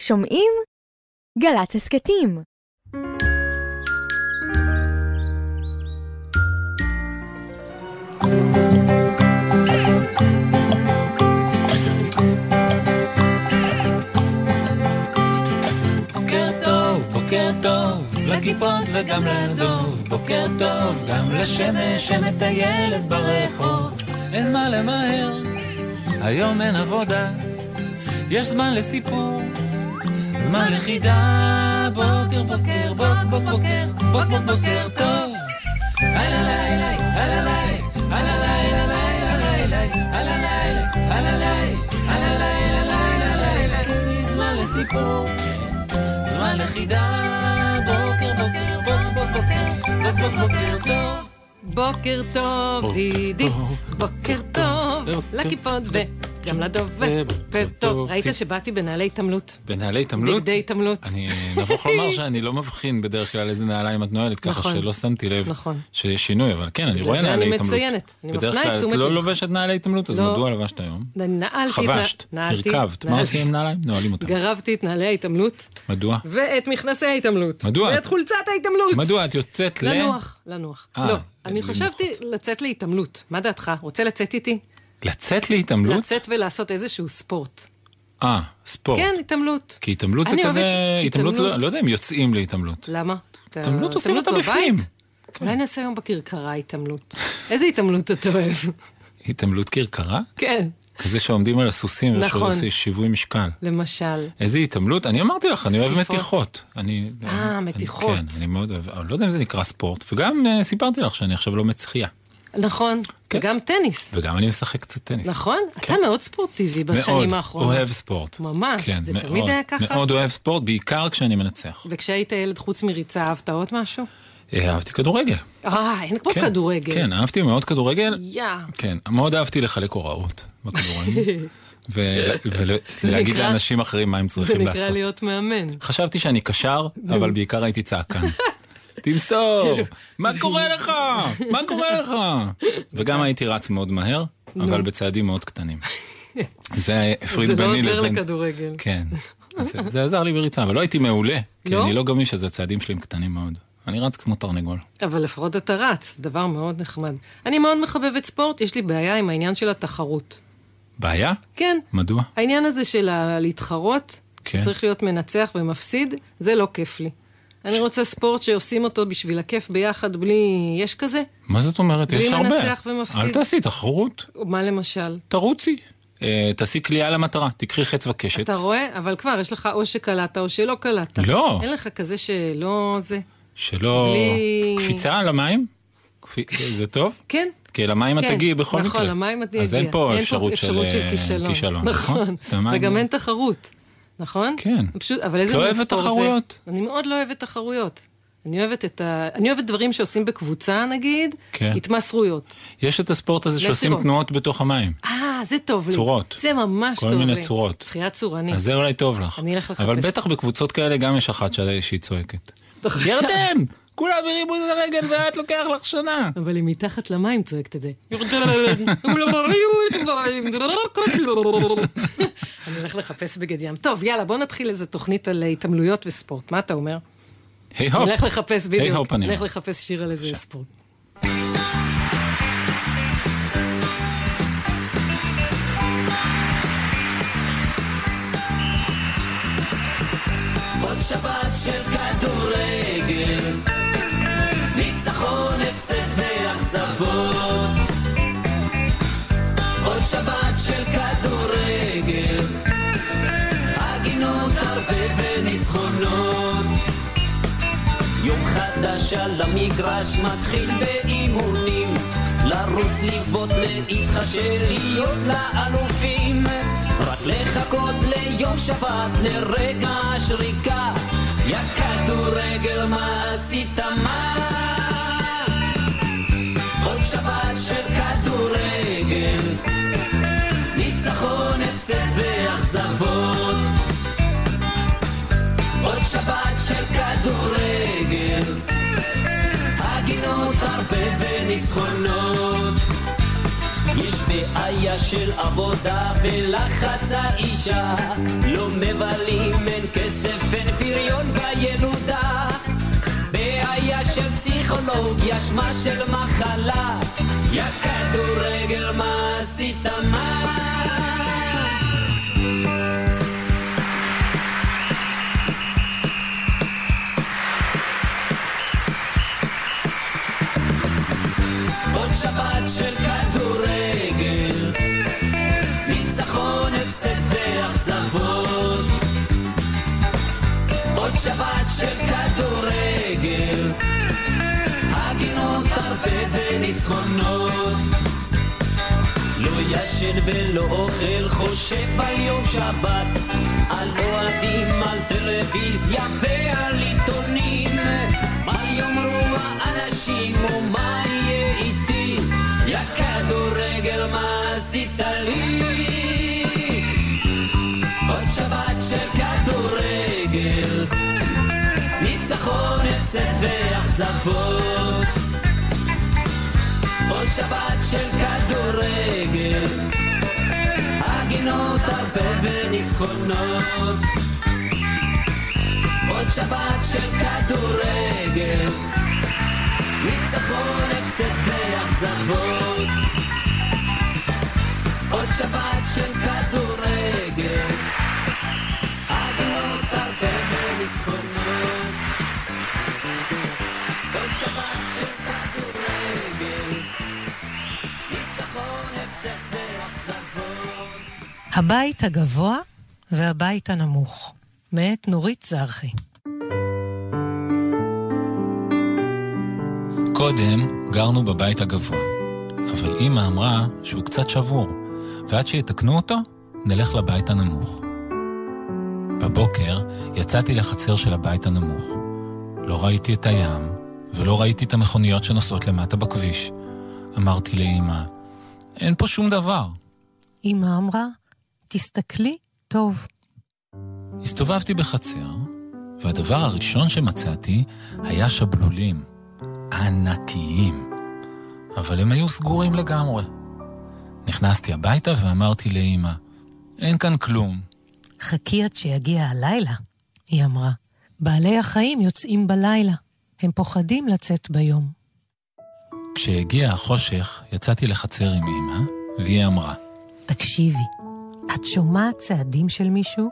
שומעים? גל"צ הסכתים. בוקר טוב, בוקר טוב, לכיפות וגם לדוב. בוקר טוב, גם לשמש שמטיילת ברחוב. אין מה למהר, היום אין עבודה, יש זמן לסיפור, זמן לחידה. בוקר, בוקר, בוק, בוק, בוקר, בוקר, בוקר טוב. הלא לילה, הלא לילה, הלא לילה, לילה, לילה, הלא לילה, הלא לילה, הלא לילה, לילה, לילה, זמן לסיפור. זמן לחידה, בוקר בוקר בוקר בוקר בוקר בוקר טוב. בוקר טוב, דידי, בוקר טוב, לכיפות וגם לדוב ובוקר טוב. ראית שבאתי בנעלי התעמלות? בנעלי התעמלות? בגדי התעמלות. אני נבוך לומר שאני לא מבחין בדרך כלל איזה נעליים את נועלת, ככה נכון. שלא שמתי לב נכון. שיש שינוי, אבל כן, אני רואה לזה נעלי אני התעמלות. מציינת, אני בדרך מפנה את כלל את תשומת לא לב. לובשת נעלי התעמלות, אז לא. מדוע לבשת היום? נעלתי, את נע- חבשת, נעלתי, הרכבת, מה נעל- עושים עם נעליים? נועלים אותם. גרבתי את נעלי ההתעמלות, מדוע? ואת מכנסי ההתעמלות. מדוע? ואת חולצת ההתעמלות. מדוע את יוצאת ל... לנוח, לנוח. אה, לא, ל- אני לנוחות. חשבתי לצאת להתעמלות. מה דעתך? רוצה לצאת איתי? לצאת להתעמלות? לצאת ולעשות איזשהו ספורט. אה, ספורט. כן, התעמלות. כי התעמלות זה אני כזה... אוהבת התעמלות, לא התעמלות. לא יודע אם יוצאים להתעמלות. למה? אתה- התעמלות כן. עושים אותה בבית? בפנים. אולי נעשה היום בכרכרה התעמלות. איזה התעמלות אתה אוהב? התעמלות כרכרה? כן, כזה שעומדים על הסוסים נכון. ועושים שיווי משקל. למשל. איזה התעמלות, אני אמרתי לך, אני אוהב מתיחות. מתיחות. אני- אה, אני- מתיחות. כן, אני מאוד אוהב, אבל לא יודע אם זה נקרא ספורט, וגם אה, סיפרתי לך שאני עכשיו לומד שחייה, נכון, כן. וגם טניס. וגם אני משחק קצת טניס. נכון? אתה כן. מאוד ספורטיבי בשנים האחרונות. מאוד אוהב ספורט. ממש, כן, זה מאוד, תמיד היה ככה? מאוד אוהב ספורט, בעיקר כשאני מנצח. וכשהיית ילד, חוץ מריצה, אהבת עוד משהו? אה, אהבתי כדורגל. אה, אין כמו כן, כדורגל. כן, אהבתי מאוד כדורגל. יא. כן, מאוד אהבתי לחלק הוראות בכדורגל. ולהגיד נקרא- לאנשים אחרים מה הם זה צריכים נקרא לעשות. להיות מאמן. חשבתי שאני קשר, אבל בעיקר הייתי צעקן. תמסור, כאילו, מה קורה לך? מה קורה לך? וגם הייתי רץ מאוד מהר, אבל בצעדים מאוד קטנים. זה הפריד זה לא ביני עוזר לבין... לכדורגל. כן. זה- זה עזר לי בריצה, אבל לא הייתי מעולה, כי לא? אני לא גמיש, אז הצעדים שלי הם קטנים מאוד. אני רץ כמו תרנגול. אבל לפחות אתה רץ, זה דבר מאוד נחמד. אני מאוד מחבבת ספורט, יש לי בעיה עם העניין של התחרות. בעיה? כן, מדוע? העניין הזה של ה- להתחרות, כן. כן. צריך להיות מנצח ומפסיד, זה לא כיף לי. אני רוצה ספורט שעושים אותו בשביל הכיף ביחד, בלי... יש כזה? מה זאת אומרת? בלי יש הרבה. מנצח ומפסיד. אל תעשי תחרות, מה למשל? תרוצי. אה, תעשי קליעה למטרה, תקחי חץ וקשת. אתה רואה? אבל כבר, יש לך או שקלעת או שלא קלעת. לא. אין לך כזה שלא זה. שלא... בלי- קפיצה למים? קפ- זה טוב? כן. כי למים את כן, תגיעי בכל מקרה. נכון, למים את אז אין פה אפשרות של אה, כישלון. נכון, את המים- וגם אין תחרות, נכון? כן. פשוט, אבל איזה את לא מין אוהבת ספורט זה? תחרויות? אני מאוד לא אוהבת תחרויות. אני אוהבת את ה... אני אוהבת דברים שעושים בקבוצה, נגיד, כן. התמסרויות. יש את הספורט הזה שעושים מסיבות. תנועות בתוך המים. אה, זה טוב לי. צורות. זה ממש כל טוב לי. מיני צורות. שחייה צורנית. אז זה אולי טוב לך. אני אלך אבל לחפש. בטח בקבוצות כאלה גם יש אחת שה- שהיא צועקת. טוב. ירדן! כולם הרימו את הרגל ואת לוקח לך שנה. אבל היא מתחת למים צועקת את זה. לא אני הולך לחפש בגד ים. טוב, יאללה, בוא נתחיל איזה תוכנית על אה, התעמלויות וספורט. מה אתה אומר? היי הופ. נלך לחפש, היי בדיוק. הופ אני נלך אומר. לחפש שיר על איזה ספורט. עוד שבת של כדורגל, ניצחון, הפסד ואכזבות. עוד שבת של כדורגל, הגינות הרבה וניצחונות. יום חדש על המגרש מתחיל באימונים לרוץ, לבעוט, להתחשל, להיות לאלופים רק לחכות ליום שבת, לרגע השריקה יא כדורגל, מה עשית מה? עוד שבת של כדורגל ניצחון, הפסד ואכזבות עוד שבת של כדורגל, הגינות הרבה וניצחונות. יש בעיה של עבודה ולחץ האישה, לא מבלים אין דוב, יש מה של מחלה. יא כדורגל, מה עשית מה? עוד שבת של כדורגל, ניצחון, הפסד ואכזבות. עוד שבת של כדורגל, הגינות הרבה וניצחונות. לא ישן ולא אוכל, חושב על יום שבת, על אוהדים, על טלוויזיה ועל עיתונים. מה יאמרו האנשים ומה יהיה איתי? יא כדורגל, מה עשית לי? עוד שבת של כדורגל, ניצחון, הפסד ואכזבות. עוד שבת של כדורגל, הגינות הרבה וניצחונות. עוד שבת של כדורגל, ניצחון, הפסד ואכזבות. עוד שבת של כדורגל, הגינות הרבה וניצחונות. עוד שבת של כדורגל, ניצחון, הפסד ואכזבות. הבית הגבוה והבית הנמוך, מאת נורית זרחי. קודם גרנו בבית הגבוה, אבל אימא אמרה שהוא קצת שבור, ועד שיתקנו אותו, נלך לבית הנמוך. בבוקר יצאתי לחצר של הבית הנמוך. לא ראיתי את הים, ולא ראיתי את המכוניות שנוסעות למטה בכביש. אמרתי לאימא, אין פה שום דבר. אמא אמרה, תסתכלי טוב. הסתובבתי בחצר, והדבר הראשון שמצאתי היה שבלולים. ענקיים. אבל הם היו סגורים לגמרי. נכנסתי הביתה ואמרתי לאמא, אין כאן כלום. חכי עד שיגיע הלילה, היא אמרה. בעלי החיים יוצאים בלילה. הם פוחדים לצאת ביום. כשהגיע החושך, יצאתי לחצר עם אמא, והיא אמרה, תקשיבי, את שומעת צעדים של מישהו?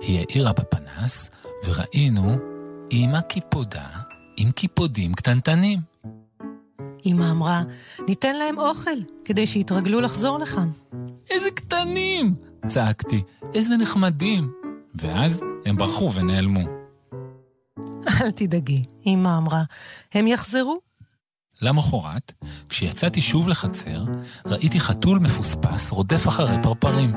היא האירה בפנס, וראינו אמא קיפודה עם קיפודים קטנטנים. אמא אמרה, ניתן להם אוכל, כדי שיתרגלו לחזור לכאן. איזה קטנים! צעקתי, איזה נחמדים! ואז הם ברחו ונעלמו. אל תדאגי, אמא אמרה, הם יחזרו. למחרת, כשיצאתי שוב לחצר, ראיתי חתול מפוספס רודף אחרי פרפרים,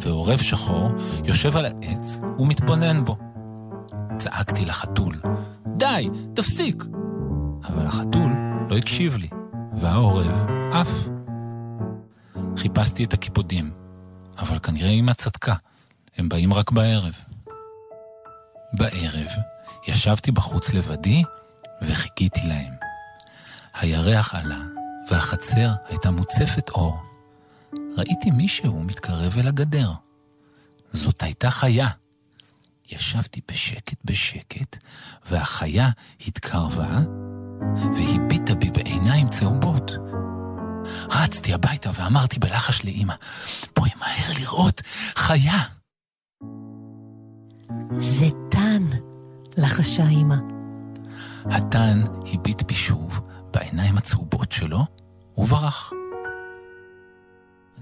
ועורב שחור יושב על העץ ומתבונן בו. צעקתי לחתול, די, תפסיק! אבל החתול לא הקשיב לי, והעורב עף. חיפשתי את הקיפודים, אבל כנראה אמא צדקה, הם באים רק בערב. בערב ישבתי בחוץ לבדי וחיכיתי להם. הירח עלה והחצר הייתה מוצפת אור. ראיתי מישהו מתקרב אל הגדר. זאת הייתה חיה. ישבתי בשקט בשקט, והחיה התקרבה והביטה בי בעיניים צהובות. רצתי הביתה ואמרתי בלחש לאימא, בואי מהר לראות, חיה! זה טן, לחשה אמא. התן הביט בי שוב בעיניים הצהובות שלו, וברח.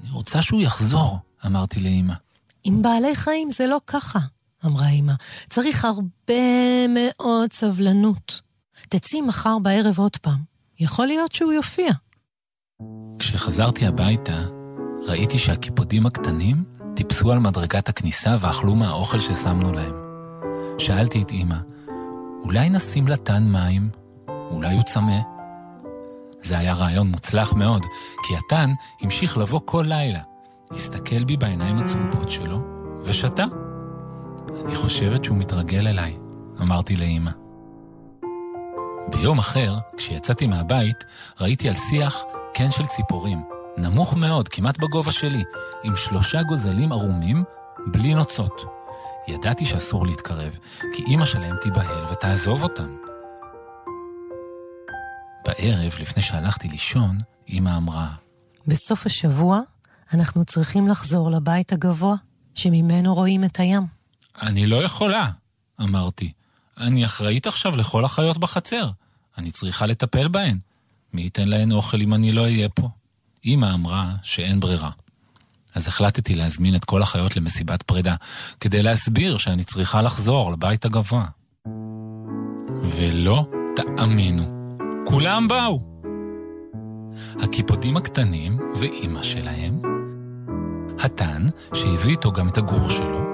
אני רוצה שהוא יחזור, אמרתי לאימא. עם בעלי חיים זה לא ככה, אמרה אמא. צריך הרבה מאוד סבלנות. תצאי מחר בערב עוד פעם. יכול להיות שהוא יופיע. כשחזרתי הביתה, ראיתי שהקיפודים הקטנים טיפסו על מדרגת הכניסה ואכלו מהאוכל ששמנו להם. שאלתי את אמא, אולי נשים לתן מים? אולי הוא צמא? זה היה רעיון מוצלח מאוד, כי התן המשיך לבוא כל לילה. הסתכל בי בעיניים הצהובות שלו, ושתה. אני חושבת שהוא מתרגל אליי, אמרתי לאמא. ביום אחר, כשיצאתי מהבית, ראיתי על שיח קן של ציפורים, נמוך מאוד, כמעט בגובה שלי, עם שלושה גוזלים ערומים, בלי נוצות. ידעתי שאסור להתקרב, כי אימא שלהם תיבהל ותעזוב אותם. בערב, לפני שהלכתי לישון, אמא אמרה, בסוף השבוע אנחנו צריכים לחזור לבית הגבוה שממנו רואים את הים. אני לא יכולה, אמרתי. אני אחראית עכשיו לכל החיות בחצר. אני צריכה לטפל בהן. מי ייתן להן אוכל אם אני לא אהיה פה? אמא אמרה שאין ברירה. אז החלטתי להזמין את כל החיות למסיבת פרידה, כדי להסביר שאני צריכה לחזור לבית הגבוה. ולא תאמינו, כולם באו. הקיפודים הקטנים ואימא שלהם, התן, שהביא איתו גם את הגור שלו,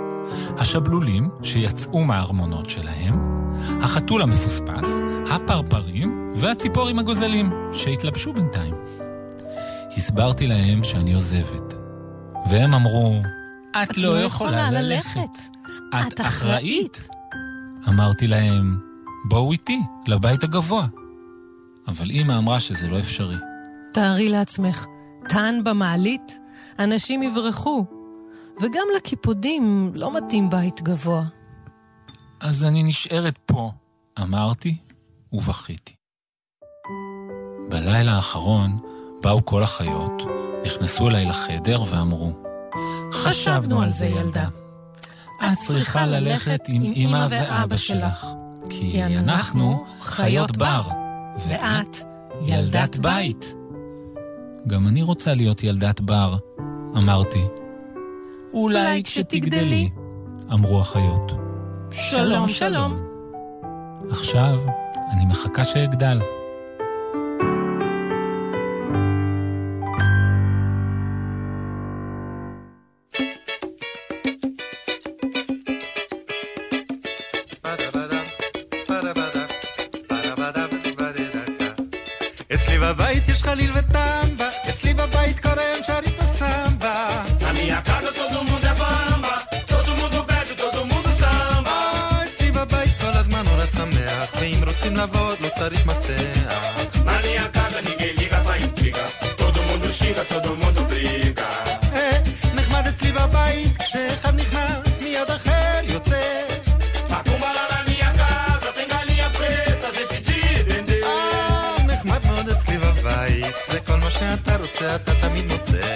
השבלולים שיצאו מהארמונות שלהם, החתול המפוספס, הפרפרים והציפורים הגוזלים, שהתלבשו בינתיים. הסברתי להם שאני עוזבת, והם אמרו, את לא יכולה ללכת, את אחראית. אמרתי להם, בואו איתי, לבית הגבוה. אבל אימא אמרה שזה לא אפשרי. תארי לעצמך, טען במעלית? אנשים יברחו. וגם לקיפודים לא מתאים בית גבוה. אז אני נשארת פה, אמרתי ובכיתי. בלילה האחרון באו כל החיות, נכנסו אליי לחדר ואמרו, חשבנו על זה, ילדה. את צריכה ללכת עם אמא ואבא שלך, כי אנחנו חיות בר, ואת ילדת בית. גם אני רוצה להיות ילדת בר, אמרתי. אולי כשתגדלי, אמרו החיות. שלום, שלום. עכשיו אני מחכה שאגדל. אצלי בבית יש חליל וטמבה, אצלי בבית קוראים שרים את הסמבה. Na minha casa todo mundo é bamba, todo mundo bebe, todo mundo samba. אה, אצלי בבית כל הזמן אור השמח, ואם רוצים לעבוד לא צריך מפתח. Na minha casa ninguém liga pra intriga, todo mundo xinga, todo mundo briga. אה, נחמד אצלי בבית, כשאחד נכנס מיד אחר יוצא. Macumba lá na minha casa tem galinha preta, zé de dendê. אה, נחמד מאוד אצלי בבית, זה כל מה שאתה רוצה אתה תמיד מוצא.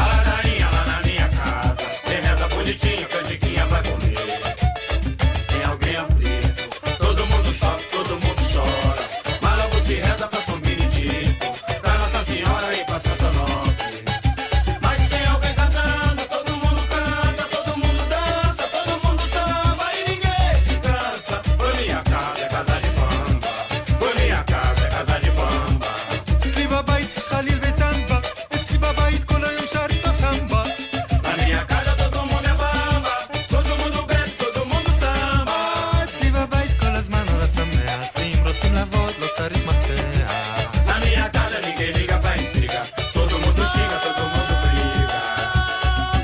A ladainha lá na minha casa, tem reza bonitinha, canjiquinha vai comer. Tem alguém aflito, todo mundo sofre, todo mundo chora. Mas logo se reza pra São Benedito, pra Nossa Senhora e pra Santa Nove. Mas tem alguém cantando, todo mundo canta, todo mundo dança, todo mundo samba e ninguém se cansa. Por minha casa é casa de bamba, por minha casa é casa de bamba. אצלי בבית יש חליל וטמבה, אצלי בבית כל היום שרים את הסמבה. Na minha casa todo mundo é bamba, todo mundo bebe, todo mundo samba. אה, אצלי בבית כל הזמן אור השמח, ואם רוצים לעבוד לא צריך מפתח. Na minha casa ninguém liga pra intriga, todo mundo xinga, todo mundo briga.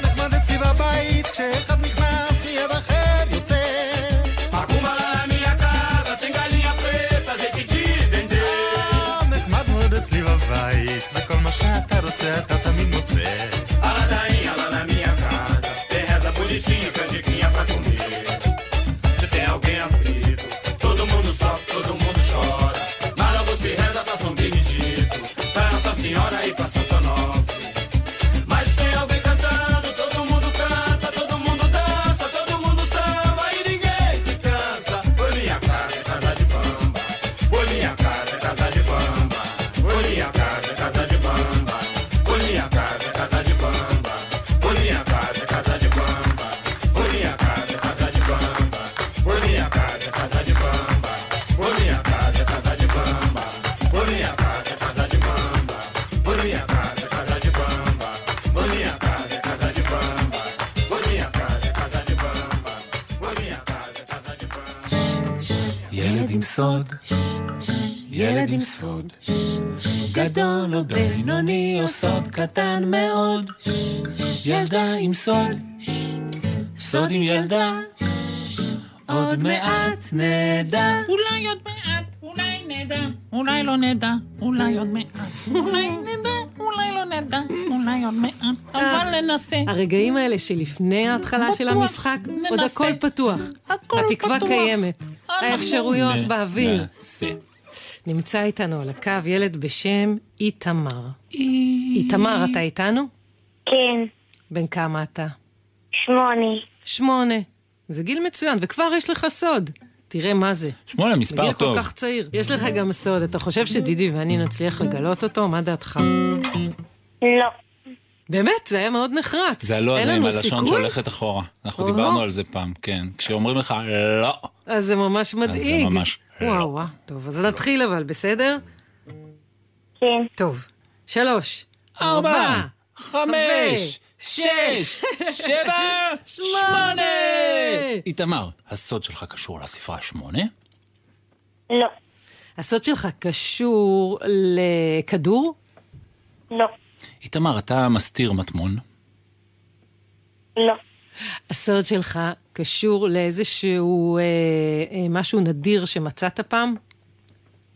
נחמד אצלי בבית, כשאחד נכנס מיד אחר יוצא. Macumba lá na minha casa tem galinha preta, gente de vender. אה, נחמד מאוד אצלי בבית, וכל מה שאתה רוצה אתה תמיד מוצא. A ladainha lá na minha casa tem reza bonitinha, canjiquinha pra comer. Se tem alguém aflito, todo mundo sofre, todo mundo chora. Mas logo se reza pra São Benedito, pra Nossa Senhora e pra Santo Nove. Mas tem alguém cantando, todo mundo canta, todo mundo dança, todo mundo samba e ninguém se cansa. Por minha casa é casa de bamba, por minha casa é casa de bamba, por minha casa é casa de bamba, por minha casa é casa de bamba, por minha casa é casa de bamba, por minha casa é casa de bamba, por minha casa é casa de bamba, por minha casa é casa de bamba, por minha casa é casa de bamba, por minha casa é casa de bamba, por minha casa é casa de bamba, por minha casa é casa de bamba, por minha casa é casa de bamba. ילד עם סוד, ילד עם סוד, גדול או בינוני או סוד קטן מאוד, ילדה עם סוד, סוד עם ילדה, עוד מעט נדע. אולי עוד מעט, אולי נדע, אולי לא נדע, אולי עוד מעט, אולי נדע, אולי לא נדע, אולי עוד מעט, אבל ננסה. הרגעים האלה שלפני ההתחלה של בטוח, המשחק, עוד ננסה. הכל פתוח. הכל התקווה פתוח. קיימת, אנחנו- האפשרויות באוויר. נעשה. נמצא איתנו על הקו ילד בשם איתמר. איתמר, אתה איתנו? כן, בן כמה אתה? שמונה. שמונה. זה גיל מצוין, וכבר יש לך סוד. תראה מה זה. שמונה, מספר בגיל טוב. כל כך צעיר. יש לך גם סוד, אתה חושב שדידי ואני נצליח לגלות אותו? מה דעתך? לא. באמת, זה היה מאוד נחרץ. זה לא הלא אין הזה עם לנו הלשון סיכוי? לא? שהולכת אחורה. אנחנו אוהו. דיברנו על זה פעם, כן. כשאומרים לך לא, אז זה ממש מדאיג. ממש לא. וואו, וואו. טוב, אז נתחיל אבל, בסדר? כן, טוב. שלוש. ארבע, חמש, חמש, שש, שבע, שמונה. איתמר, הסוד שלך קשור לספרה שמונה? לא, הסוד שלך קשור לכדור? לא, איתמר, אתה מסתיר מטמון? לא, הסוד שלך קשור לאיזשהו אה, אה, משהו נדיר שמצאת פעם?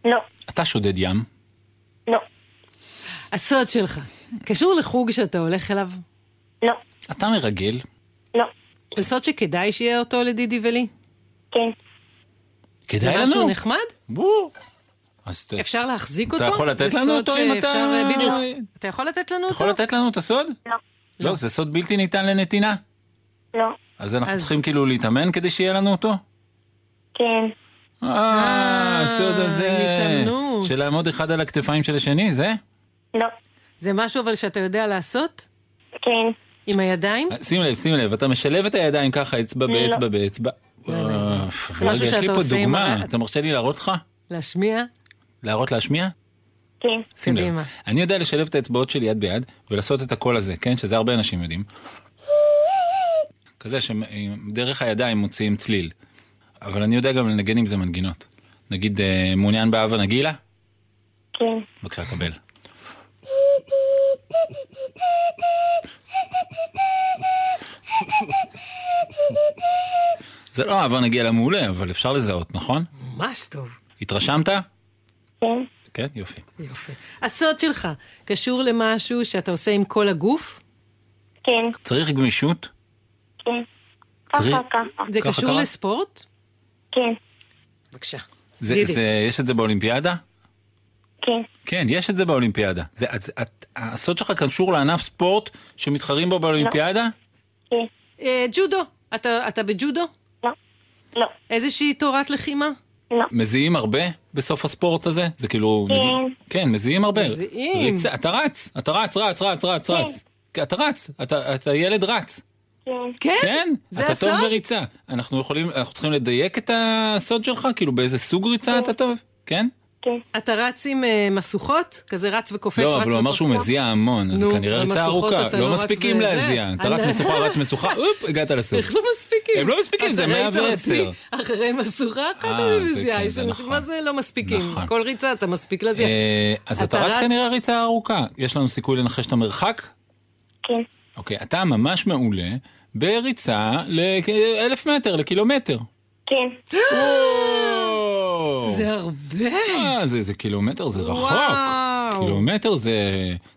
לא, אתה שודד ים? לא, הסוד שלך קשור לחוג שאתה הולך אליו? לא, אתה מרגל? לא, זה סוד שכדאי שיהיה אותו לדידי ולי? כן, כדאי לנו? זה משהו נחמד? בוא. אז ת- אפשר להחזיק אתה אותו? יכול לתת זה לנו סוד אותו אם אתה- שאפשר- אה, בדיוק. אתה יכול לתת לנו אתה אותו? יכול לתת לנו את הסוד? לא, לא, זה סוד בלתי ניתן לנתינה. לא, אז אנחנו אז- צריכים כאילו להתאמן כדי שיהיה לנו אותו? כן, אה, הסוד הזה. התאמנות. של לעמוד אחד על הכתפיים של השני, זה? לא, זה משהו אבל שאתה יודע לעשות? כן, עם הידיים? אה, שים לב, שים לב, אתה משלב את הידיים ככה, אצבע באצבע לא. באצבע. לא, לא, וואו, לא. זה רגע, משהו יש לי שאתה פה עושה עם דוגמה, ה- אתה מרשה לי להראות לך? להשמיע? להראות להשמיע? כן, שים לב. קדימה. אני יודע לשלב את האצבעות שלי יד ביד ולעשות את הקול הזה, כן? שזה הרבה אנשים יודעים. כזה שדרך הידיים מוציאים צליל. אבל אני יודע גם לנגן עם זה מנגינות. נגיד אה, מעוניין באהבה נגילה? כן, בבקשה, קבל. זה לא אהבה נגילה מעולה, אבל אפשר לזהות, נכון? ממש טוב. התרשמת? כן, כן, יופי. יופי. הסוד שלך קשור למשהו שאתה עושה עם כל הגוף? כן, צריך גמישות? כן. צריך- ככה, ככה, זה ככה קשור קרה? לספורט? כן, בבקשה. זה, גידי. זה, יש את זה באולימפיאדה? כן, כן, יש את זה באולימפיאדה. זה, אז, את, הסוד שלך קשור לענף ספורט שמתחרים בו באולימפיאדה? כן, אה, ג'ודו. אתה, אתה בג'ודו? לא, לא, איזושהי תורת לחימה? מזיעים הרבה בסוף הספורט הזה? זה כאילו... כן. נגיד- כן, מזיעים הרבה. מזיעים. ריצה- אתה רץ, אתה רץ, רץ, רץ, רץ, רץ. אתה רץ, אתה, אתה ילד רץ. כן, כן? כן? זה אתה הסוד? טוב בריצה. אנחנו יכולים, אנחנו צריכים לדייק את הסוד שלך? כאילו באיזה סוג ריצה אתה טוב? כן? כן, אתה רץ עם אה, מסוכות? כזה רץ וקופץ? לא, רץ אבל הוא אמר וקופץ? שהוא מזיע המון, אז זה נו, כנראה ריצה במסוכות ארוכה. אתה לא לא רץ מספיקים וזה. להזיע. אתה רץ אני- לא- משוכה, רץ משוכה, אופ, הגעת לסוף. איך לא מספיקים? הם לא מספיקים, זה אתה ראית 110. אותי אחרי מסורה אחת אה, אני זה מזיעה, כן, יש זה לנו- נכון. מה זה לא מספיקים? נכון. כל ריצה אתה מספיק להזיע. אה, אז אתה אתה רץ רץ- כנראה ריצה ארוכה. יש לנו סיכוי לנחש את המרחק? כן, אוקיי, אתה ממש מעולה בריצה לאלף מטר, לקילומטר. כן, זה הרבה. אה, זה, זה קילומטר, זה רחוק. וואו. כאילו, קילומטר זה,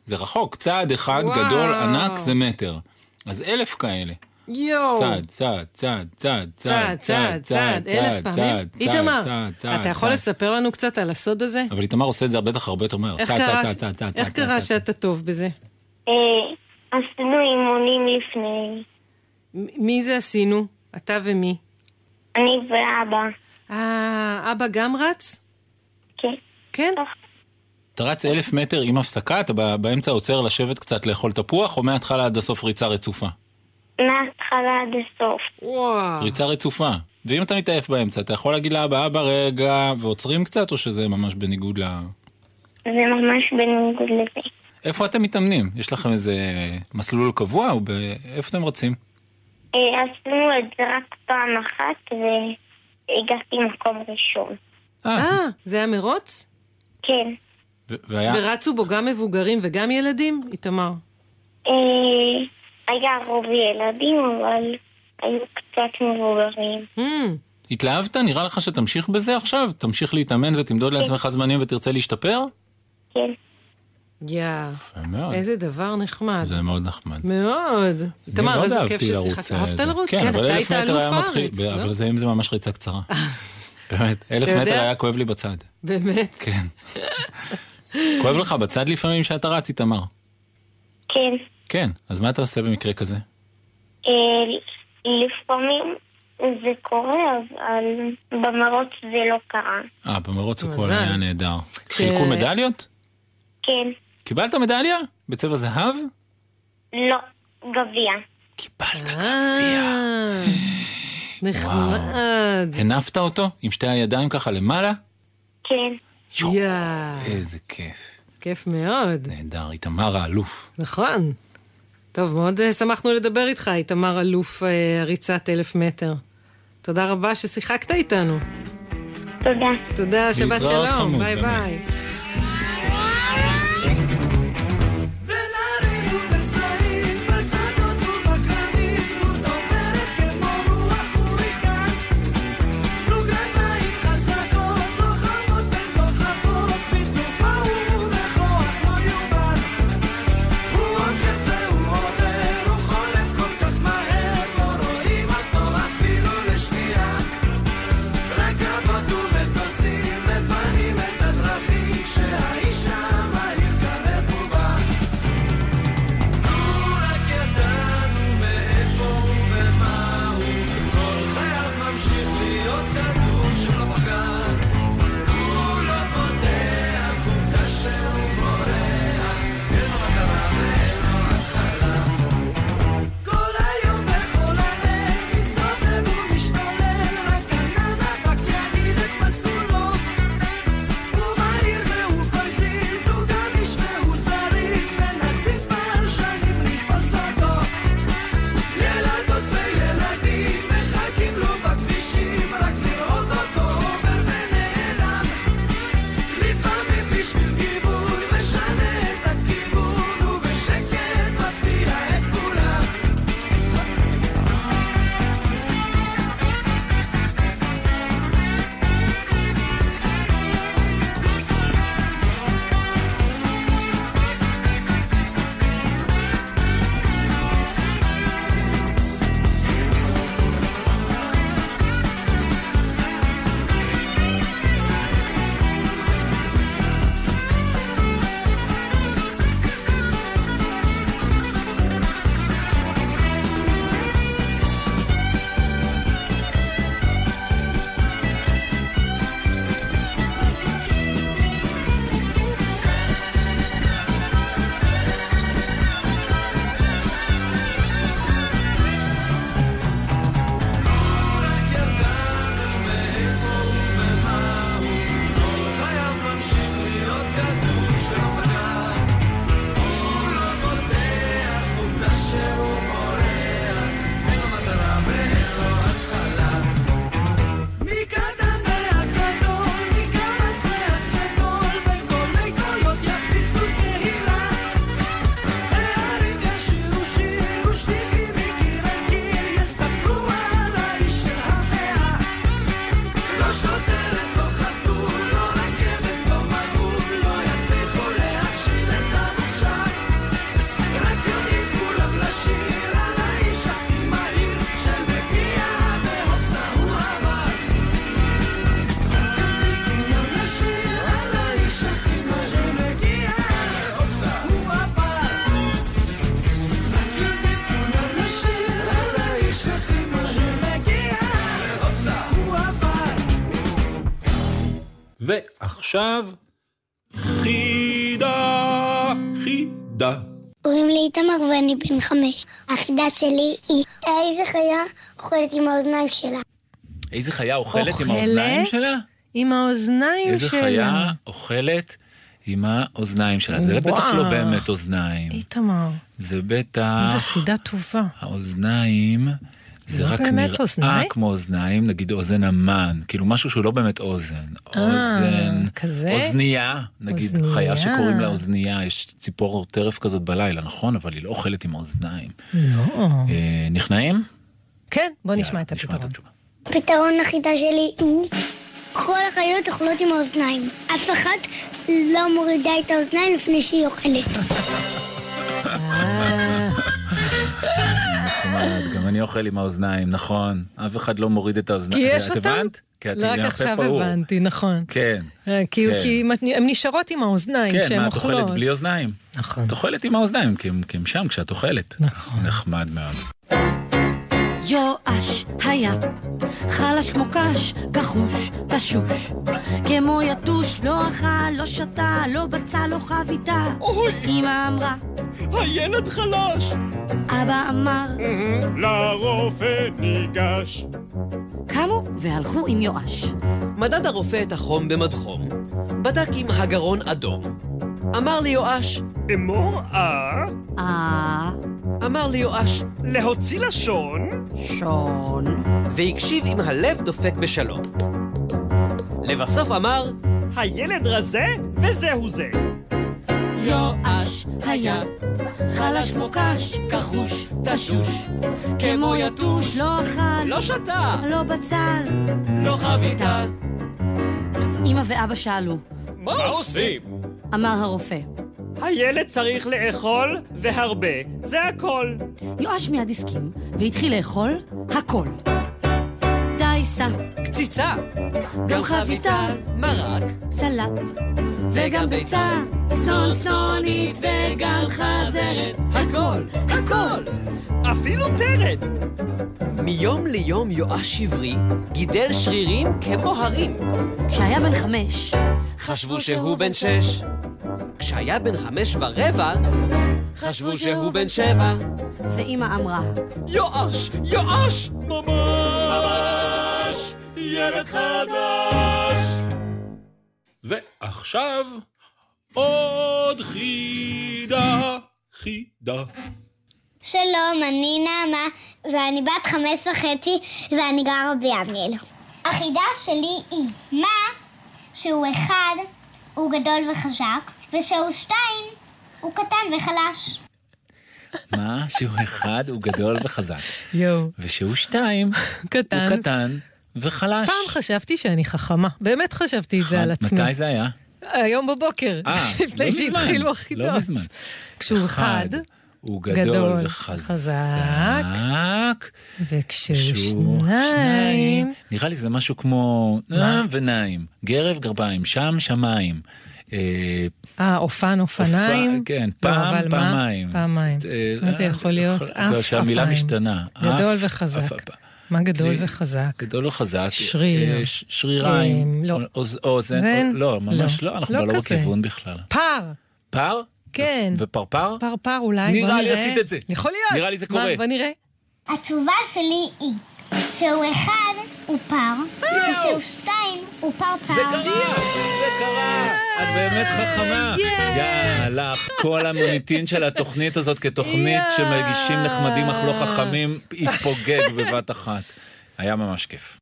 זה רחוק. צעד אחד וואו. גדול, ענק, זה מטר. אז אלף כאלה. יואו. צעד, צעד, צעד, צעד, צעד, צעד, צעד, אלף פעמים. איתמר, אתה יכול לספר לנו קצת על הסוד הזה? אבל איתמר עושה את זה בטח הרבה יותר מהר. איך צעד, קרה צעד, ש- צעד, צעד, צעד, איך צעד, קרה צעד. שאתה טוב בזה? אה, עשינו אימונים לפני, מ- מי זה עשינו? אתה ומי? אני ואבא, אה, אבא גם רץ? כן, כן? אתה רץ אלף מטר עם הפסקה, אתה ב- באמצע עוצר לשבת קצת לאכול תפוח, או מההתחלה עד הסוף ריצה רצופה? מההתחלה עד הסוף, וואו. ריצה רצופה. ואם אתה מתעייף באמצע, אתה יכול להגיד לאבא, אבא רגע, ועוצרים קצת, או שזה ממש בניגוד ל... זה ממש בניגוד לזה. איפה אתם מתאמנים? יש לכם איזה מסלול קבוע, או ב... איפה אתם רצים? אה, עשינו את זה רק פעם אחת והגעתי מקום ראשון. אה, אה, זה היה מרוץ? כן. ו- והיה... ורצו בו גם מבוגרים וגם ילדים? איתמר. אה, היה רוב ילדים, אבל היו קצת מבוגרים. Hmm, התלהבת? נראה לך שתמשיך בזה עכשיו? תמשיך להתאמן ותמדוד כן. לעצמך זמנים ותרצה להשתפר? כן, יא, יפה מאוד. איזה דבר נחמד. אה. זה מאוד נחמד. מאוד. אני איתמר, מאוד איזה לא אהבתי כיף לרוץ, ששיחקת. אה, אהבת זה. לרוץ? כן, כן, אבל אתה אלף היית מטר אלוף היה מתחיל- הארץ. אבל לא? זה אם זה ממש ריצה קצרה. באמת, אלף אתה יודע? מטר היה כואב לי בצד. באמת. כן. כואב לך בצד לפעמים שאתה רץ, איתמר? כן. כן, אז מה אתה עושה במקרה כזה? אה, לפעמים זה קורה, אבל במרוץ זה לא קרה. אה, במרוץ הכל מזל. היה נהדר. חילקו מדליות? כן, קיבלת מדליה? בצבע זהב? לא, גביע. קיבלת. אה, נחמד. הנפת אותו עם שתי הידיים ככה למעלה? כן, יא, איזה כיף. כיף מאוד. נהדר, איתמר האלוף. נכון. טוב, מאוד אה, שמחנו לדבר איתך, איתמר אלוף אה, ריצת אלף מטר. תודה רבה ששיחקת איתנו. תודה. תודה, שבת להתראות, שלום, חמוד, ביי באמת. ביי. ועכשיו, חידה, חידה. קוראים לי איתמר ואני בן חמש. החידה שלי היא איזה חיה אוכלת עם האוזניים שלה. איזה חיה אוכלת עם אוכלת? האוזניים שלה? עם האוזניים איזה שלה. חיה אוכלת עם האוזניים שלה? זה בטח לא וואו. באמת אוזניים. איתמר, זה איזו בטח... חידה טובה. האוזניים, זה לא רק באמת נראה אוזניים? כמו אוזניים, נגיד אוזן המן, כאילו משהו שהוא לא באמת אוזן. אה, אוזן, כזה? אוזנייה, נגיד אוזנייה. חיה שקוראים לה אוזנייה, יש ציפור טרף כזאת בלילה, נכון? אבל היא לא אוכלת עם האוזניים. לא. אה, נכנעים? כן, בוא נשמע יאללה, את הפתרון. התשובה. פתרון החידה שלי הוא כל החיות אוכלות עם האוזניים. אף אחת לא מורידה את האוזניים לפני שהיא אוכלת. אנחנו אחד, גם אני אוכל עם האוזניים, נכון. אף אחד לא מוריד את האוזניים. כי יש את אותם. הבנת? כי את לא, רק עם הפה עכשיו פעור. הבנתי, נכון. כן. אה, כי כן. כי אם את- הן נשארות עם האוזניים כן, כשהן מה, את אוכלת אוכלות. בלי אוזניים? נכון. את אוכלת עם האוזניים, כי הם- כי הם שם כשאת אוכלת. נכון. נחמד מאוד. יואש היה חלש כמו קש, כחוש, תשוש. כמו יתוש, לא אכל, לא שתה, לא בצע, לא חביתה. אוי! אמא אמרה, הילד חלש! אבא אמר, לרופא ניגש. קמו והלכו עם יואש. מדד הרופא את החום במדחום, בדק אם הגרון אדום. אמר לי יואש, אמור אה. אה. אמר לי יואש, להוציא לשון. שון. והקשיב אם הלב דופק בשלום. לבסוף אמר, הילד רזה וזהו זה. יואש היה חלש כמו קש, כחוש, תשוש. כמו יתוש, לא אכל, לא שתה, לא בצל, לא חביתה. אמא ואבא שאלו, מה עושים? אמר הרופא. הילד צריך לאכול והרבה, זה הכל. יואש מיד הסכים, והתחיל לאכול הכל. דייסה, קציצה, גם חביתה, מרק, סלט, וגם ביצה, צנונית וגם חזרת, הכל, הכל, אפילו טרד. מיום ליום יואש עברי גידל שרירים כמו הרים. כשהיה בן חמש, חשבו שהוא בן שש. כשהיה בן חמש ורבע, חשבו שהוא בן שבע. ואימא אמרה, יואש, יואש! ממש! ילד חדש! ועכשיו, עוד חידה, חידה. שלום, אני נעמה, ואני בת חמש וחצי, ואני גרה ביבניאל. החידה שלי היא מה שהוא אחד, הוא גדול וחזק, ושהוא שתיים, הוא קטן וחלש. מה אה, שהוא אחד הוא גדול וחזק, יואו. ושהוא שתיים קטן. הוא קטן וחלש. פעם חשבתי שאני חכמה, באמת חשבתי את זה על עצמי. נכון. מתי זה היה? היום בבוקר, אה, לא לפני מזמן, שהתחילו לא החידות. מזמן. כשהוא אחד, חד, הוא גדול גדול, וחזק. חזק. וכשהוא שהוא שניים, נראה לי זה משהו כמו נעם ונעים, גרב גרביים, שם שמיים. אה, אה, אופן, אופניים. אופ- כן, לא, פעם, אבל מה? פעמיים. פעמיים. אה, מה זה יכול להיות? יכול- לא, אף שהמילה אפיים. משתנה. גדול אף- וחזק. אף- מה גדול לי- וחזק? גדול או חזק, שריר. אה, ש- שריריים, אה, לא. או- או- אוזן, אוזן? או- לא, ממש לא. לא, אנחנו לא כבר לא כזה. בכיוון בכלל. פר, פר? כן. ופרפר? פרפר אולי, בוא נראה לי נראה. עשית את זה. יכול להיות. נראה לי זה מה, קורה. בוא נראה. התשובה שלי היא שהוא אחד הוא פר, ושהוא שתיים הוא פרפר. לא- את באמת חכמה. יאללה, כל המוניטין של התוכנית הזאת כתוכנית שמגישים נחמדים אך לא חכמים, התפוגג בבת אחת. היה ממש כיף.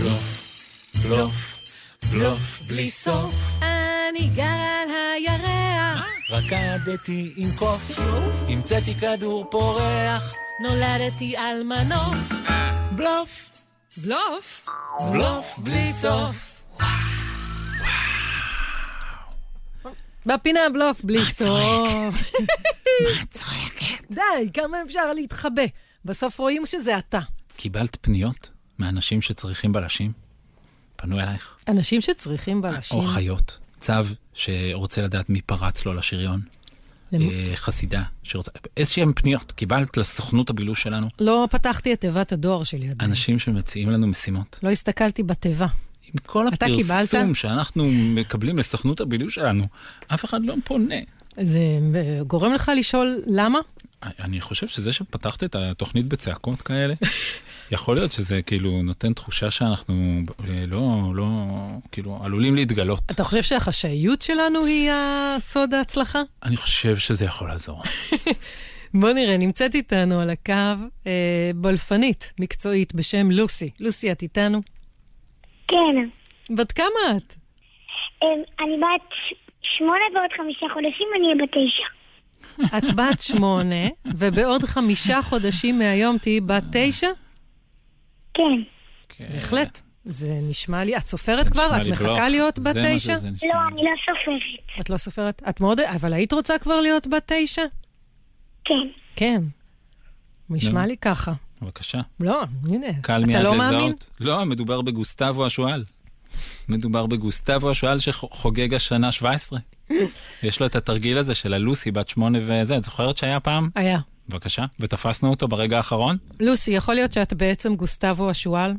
בלוף, בלוף, בלוף בלי סוף. אני גר על הירח, רקדתי עם קוף, המצאתי כדור פורח. נולדתי על מנוף. בלוף. בלוף? בלוף בלי סוף. בפינה בלוף בלי סוף. מה צועקת? די, כמה אפשר להתחבא? בסוף רואים שזה אתה. קיבלת פניות מאנשים שצריכים בלשים? פנו אלייך? אנשים שצריכים בלשים. או חיות. צו שרוצה לדעת מי פרץ לו לשריון. למ- אה, חסידה שרוצה... איזשהם פניות. קיבלת לסוכנות הבילוש שלנו? לא פתחתי את תיבת הדואר שלי עדיין. אנשים שמציעים לנו משימות. לא הסתכלתי בתיבה. עם כל אתה הפרסום קיבלת? שאנחנו מקבלים לסוכנות הבילוש שלנו, אף אחד לא פונה. זה אה, גורם לך לשאול למה? אני חושב שזה שפתחת את התוכנית בצעקות כאלה, יכול להיות שזה כאילו נותן תחושה שאנחנו אה, לא, לא, כאילו עלולים להתגלות. אתה חושב שהחשאיות שלנו היא הסוד ההצלחה? אני חושב שזה יכול לעזור. בוא נראה, נמצאת איתנו על הקו אה, בולפנית מקצועית בשם לוסי. לוסי, את איתנו? כן. בת כמה את? אמ, אני בת שמונה ועוד חמישה חודשים, אני אהיה בת תשע. את בת שמונה, ובעוד חמישה חודשים מהיום תהיי בת תשע? כן. בהחלט. זה נשמע לי, את סופרת זה כבר? נשמע את לי מחכה בלוף. להיות זה בת מה תשע? שזה לא, אני לא סופרת. את לא סופרת? את מאוד... אבל היית רוצה כבר להיות בת תשע? כן. כן. נשמע נו. לי ככה. בבקשה. לא, הנה. קל מיד אתה לא לזהות. מאמין? לא, מדובר בגוסטבו השועל. מדובר בגוסטבו השועל שחוגג השנה 17. יש לו את התרגיל הזה של הלוסי בת שמונה וזה, את זוכרת שהיה פעם? היה. בבקשה. ותפסנו אותו ברגע האחרון? לוסי, יכול להיות שאת בעצם גוסטבו השועל?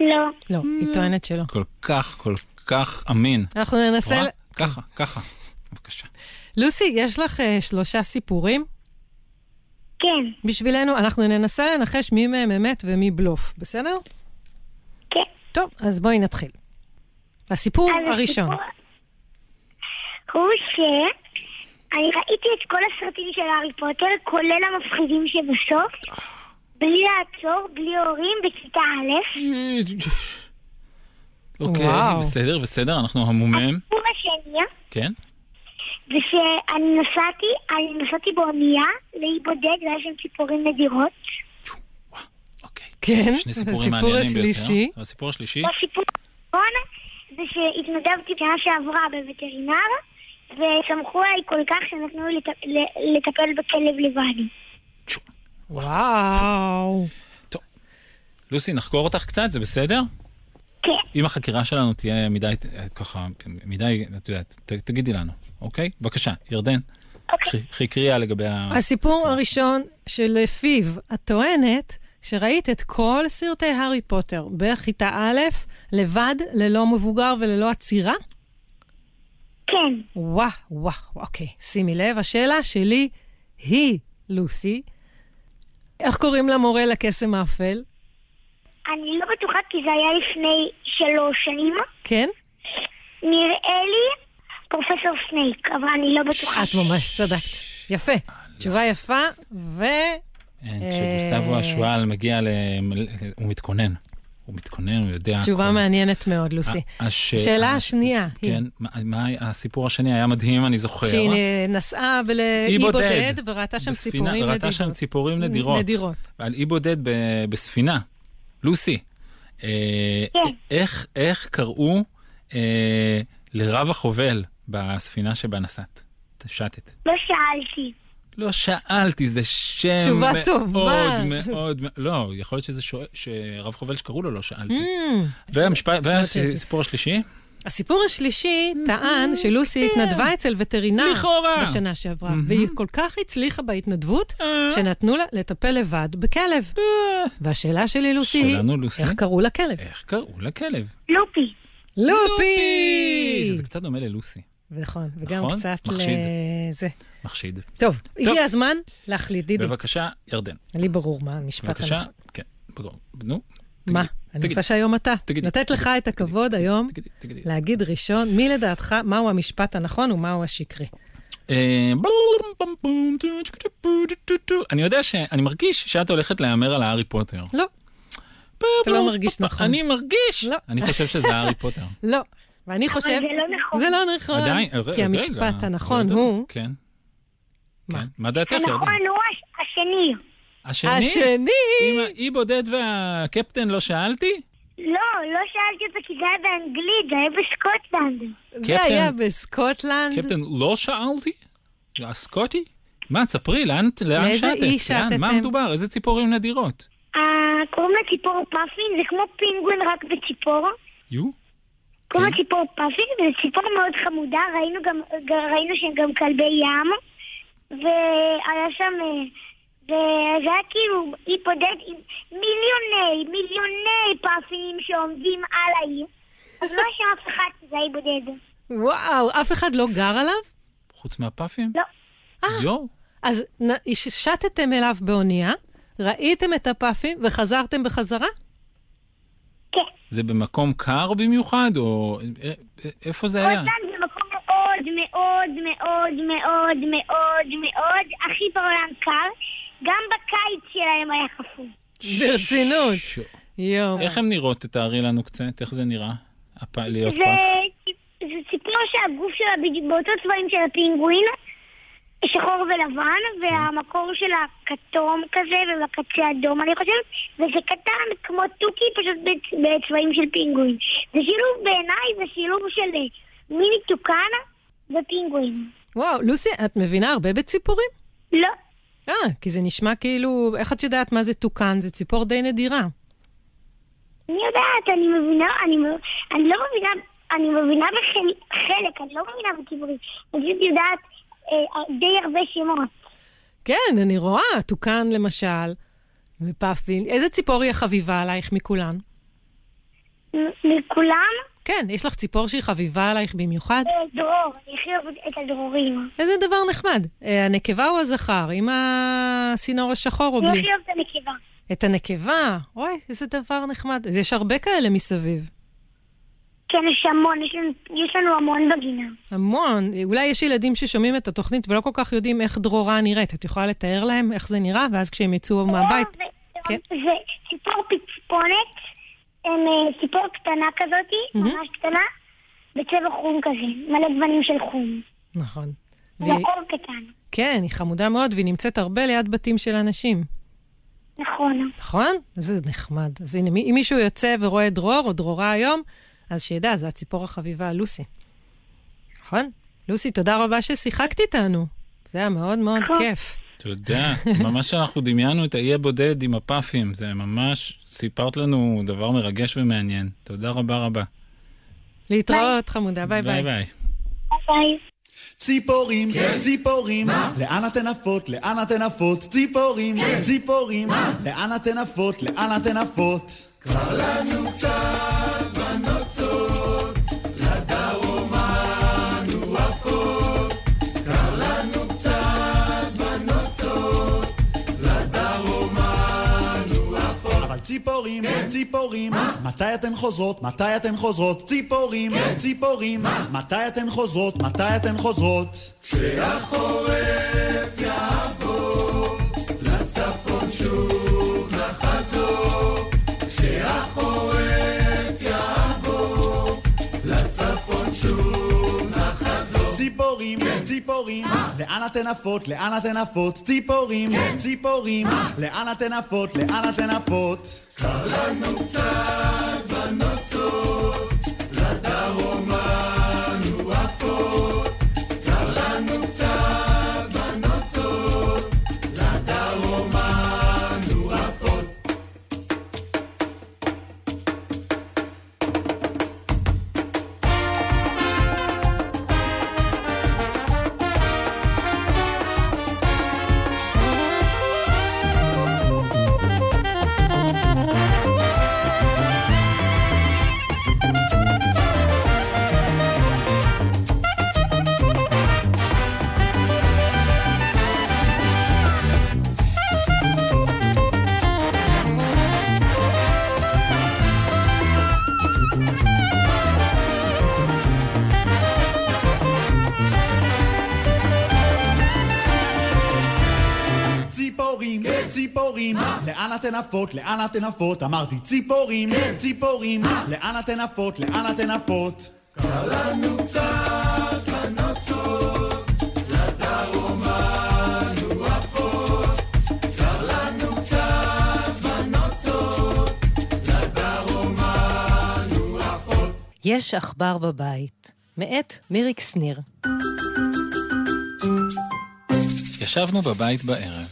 לא. Mm. לא, היא טוענת שלא. כל כך, כל כך אמין. אנחנו ננסה... רואה? ל- ככה, ככה. לוסי, יש לך אה, שלושה סיפורים? כן. בשבילנו, אנחנו ננסה לנחש מי מהם אמת ומי בלוף, בסדר? כן. טוב, אז בואי נתחיל. הסיפור הראשון. הוא שאני ראיתי את כל הסרטים של הארי פוטר, כולל המפחידים שבסוף, בלי לעצור, בלי הורים, בכיתה א'. אוקיי, וואו. בסדר, בסדר, אנחנו אה. המומים. הסיפור השני כן? זה שאני נסעתי, אני נסעתי באונייה להיבודד, והיה שם ציפורים נדירות. כן, אוקיי. שני הסיפור סיפורים מעניינים השלישי. ביותר. הסיפור השלישי. הסיפור האחרון זה שהתנדבתי שנה שעברה בווטרינר, וסמכו עליי כל כך שנתנו לי לט- ל- לטפל בכלב לבד. וואו. לוסי, נחקור אותך קצת, זה בסדר? כן. אם החקירה שלנו תהיה מדי, אה, ככה, מדי, את יודעת, ת- תגידי לנו, אוקיי? בבקשה, ירדן. אוקיי. קריאה לגבי ה... הסיפור הראשון שלפיו את טוענת שראית את כל סרטי הארי פוטר בכיתה א', לבד, ללא מבוגר וללא עצירה? כן. וואו, וואו, אוקיי. שימי לב, השאלה שלי היא, לוסי, איך קוראים למורה לקסם האפל? אני לא בטוחה כי זה היה לפני שלוש שנים. כן? נראה לי פרופסור סנייק, אבל אני לא בטוחה. את ממש צדקת. יפה. תשובה יפה, ו... אין, אה, כשגוסטבו אה, השועל מגיע ל... הוא מתכונן. הוא מתכונן, הוא יודע... תשובה הכל. אה, מעניינת מאוד, לוסי. ה- הש- השאלה ה- השנייה היא... כן, מה- מה הסיפור השני היה מדהים, אני זוכר. שהיא נסעה בל- אי אי בודד. בודד, וראתה שם בספינה, ציפורים נדירות. ראתה שם ציפורים נדירות. נדירות. על אי בודד ב, בספינה. לוסי, אה, איך, איך קראו אה, לרב החובל בספינה שבה נסעת? שטת. לא שאלתי. לא שאלתי, זה שם תשובה מאוד טובה. מאוד, מאוד- לא, יכול להיות שזה שואל, שרב חובל שקראו לו לא שאלתי. Mm. והמשפט, שאלתי. והסיפור השלישי? הסיפור השלישי טען שלוסי התנדבה אצל וטרינר כן. לכאורה. אה. בשנה שעברה, והיא כל כך הצליחה בהתנדבות, שנתנו לה לטפל לבד בכלב. והשאלה שלי, לוסי, היא, שלנו, לוסי. איך קראו לכלב? איך קראו לכלב? לופי. לופי! שזה קצת דומה ללוסי. נכון, וגם נכון? קצת מחשיד. לזה. מחשיד. טוב, הגיע הזמן להחליט, דידי. בבקשה, ירדן. לי ברור מה המשפט בבקשה, הנכון. כן. בוא, נו, מה? אני תגידי. רוצה שהיום אתה. תגידי, לתת לך את הכבוד היום תגידי. להגיד ראשון, מי לדעתך, מהו המשפט הנכון ומהו השקרי. אה, אני יודע ש... אני מרגיש שאת הולכת להמר על הארי פוטר. לא. אתה לא מרגיש נכון. אני מרגיש. לא. אני חושב שזה הארי פוטר. לא. ואני אבל חושב... זה לא נכון. זה לא נכון. עדיין, רגע, כי המשפט רגע, הנכון רגע, הוא... כן. כן. מה דעתך, ירדן? הנכון נכון, הוא הש- השני. השני? השני! עם האי בודד והקפטן לא שאלתי? לא, לא שאלתי אותו כי זה היה באנגלית, זה היה בסקוטלנד. קפטן? היה בסקוטלנד. קפטן, לא שאלתי? הסקוטי? מה, תספרי, לאן שאתם? לאן לאיזה אי שטת? לאן? שטתם? מה מדובר? איזה ציפורים נדירות? אה, קוראים לה ציפור פאפין, זה כמו פינגווין רק בציפור. יו? קוראים לה ציפור פאפין, וזו ציפור מאוד חמודה, ראינו גם, ג- ראינו שהם גם כלבי ים, והיה שם, אה, וזה היה כאילו היפודד עם מיליוני, מיליוני פאפינים שעומדים על העיר. אז לא שם אף אחד, זה היה בודד. וואו, אף אחד לא גר עליו? חוץ מהפאפים? אה. לא. יואו. אז נ- שטתם אליו באונייה, ראיתם את הפאפים וחזרתם בחזרה? כן. זה במקום קר במיוחד, או א- א- איפה זה היה? קוטלנד זה מקום מאוד מאוד מאוד מאוד מאוד מאוד הכי בעולם קר, גם בקיץ שלהם היה חפוי. ברצינות. יואו. איך הם נראות? תתארי לנו קצת, איך זה נראה? הפ- להיות זה פאפ. ציפ- זה ציפור שהגוף שלה בדיוק באותו צבעים של הפינגווין, שחור ולבן, והמקור שלה כתום כזה, ובקצה אדום, אני חושבת, וזה קטן כמו תוכי, פשוט בצ- בצבעים של פינגווין. זה שילוב בעיניי, זה שילוב של אה, מיני טוקן ופינגווין. וואו, לוסי, את מבינה הרבה בציפורים? לא. אה, כי זה נשמע כאילו, איך את יודעת מה זה טוקן? זה ציפור די נדירה. אני יודעת, אני מבינה, אני, מ- אני לא מבינה, אני מבינה בחלק, אני לא מבינה בציבורי. אני פשוט יודעת אה, די הרבה שמות. כן, אני רואה, טוקן למשל, ופאפיל. איזה ציפור היא החביבה עלייך מכולן? מכולם? כן, יש לך ציפור שהיא חביבה עלייך במיוחד? אה, דרור, אני הכי אוהבת את הדרורים. איזה דבר נחמד. אה, הנקבה או הזכר? עם הצינור השחור או אני בלי? הכי אוהבת את הנקבה. את הנקבה. אוי, איזה דבר נחמד. אז יש הרבה כאלה מסביב. כן, יש המון, יש לנו, יש לנו המון בגינה. המון. אולי יש ילדים ששומעים את התוכנית ולא כל כך יודעים איך דרורה נראית. את יכולה לתאר להם איך זה נראה, ואז כשהם יצאו מהבית... אה, כן. זה ציפור פצפונת, אה, ציפור קטנה כזאת, ממש קטנה, בצבע חום כזה, מלא גוונים של חום. נכון. והיא- לאור קטן, כן, היא חמודה מאוד, והיא נמצאת הרבה ליד בתים של אנשים. נכון. נכון? אז זה נחמד. אז הנה, מי- אם מישהו יוצא ורואה דרור או דרורה היום, אז שידע, זו הציפור החביבה, לוסי. נכון? לוסי, תודה רבה ששיחקת איתנו. זה היה מאוד מאוד כיף. תודה. ממש אנחנו דמיינו את האי הבודד עם הפאפים. זה ממש, סיפרת לנו דבר מרגש ומעניין. תודה רבה רבה. להתראות, חמודה, ביי ביי. ביי ביי. ביי. ציפורים, כן. ציפורים, לאן אתן עפות, לאן אתן עפות, ציפורים, כן. ציפורים, לאן אתן עפות, לאן אתן עפות. כבר לנו קצת בנוצות, לדרום אנו עפות. כבר לנו קצת בנוצות, לדרום אנו עפות. אבל ציפורים, ציפורים, מתי אתן חוזרות, מתי אתן חוזרות, ציפורים, ציפורים, מתי אתן חוזרות, מתי אתן חוזרות. כשהחורף יעבור, לצפון שוב נחזור. כשהחורף יעבור, לצפון שוב נחזור. ציפורים, ציפורים, לאן אתן עפות, לאן אתן עפות, ציפורים, ציפורים, לאן אתן עפות, לאן אתן עפות. קר לנו קצת בנוצות, לדרום אנו עפות. קר לנו קצת בנוצות, לדרום אנו עפות. ציפורים, ציפורים, לאן אתן עפות, לאן אתן עפות, אמרתי ציפורים, ציפורים, לאן אתן עפות, לאן אתן עפות. קר לנו קצת בנוצות, לדרום אנו עפות. קר לנו קצת בנוצות, לדרום אנו עפות. יש עכבר בבית, מאת מיריק שניר. ישבנו בבית בערב.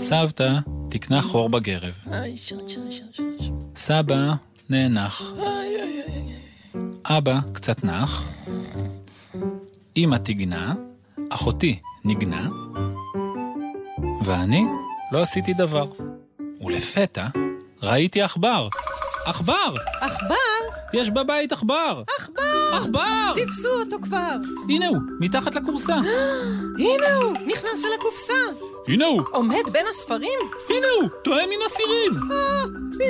סבתא תקנה חור בגרב. איי, שרת, שרת, שרת, שרת. סבא נאנח. אבא קצת נח. אמא תגנה. אחותי נגנה. ואני לא עשיתי דבר. ולפתע ראיתי עכבר. עכבר! עכבר? יש בבית עכבר! עכבר! עכבר! תפסו אותו כבר! הנה הוא, מתחת לכורסה. הנה הוא! נכנס אל הקופסה! הנה הוא! עומד בין הספרים? הנה הוא! טועה מן הסירים! אה,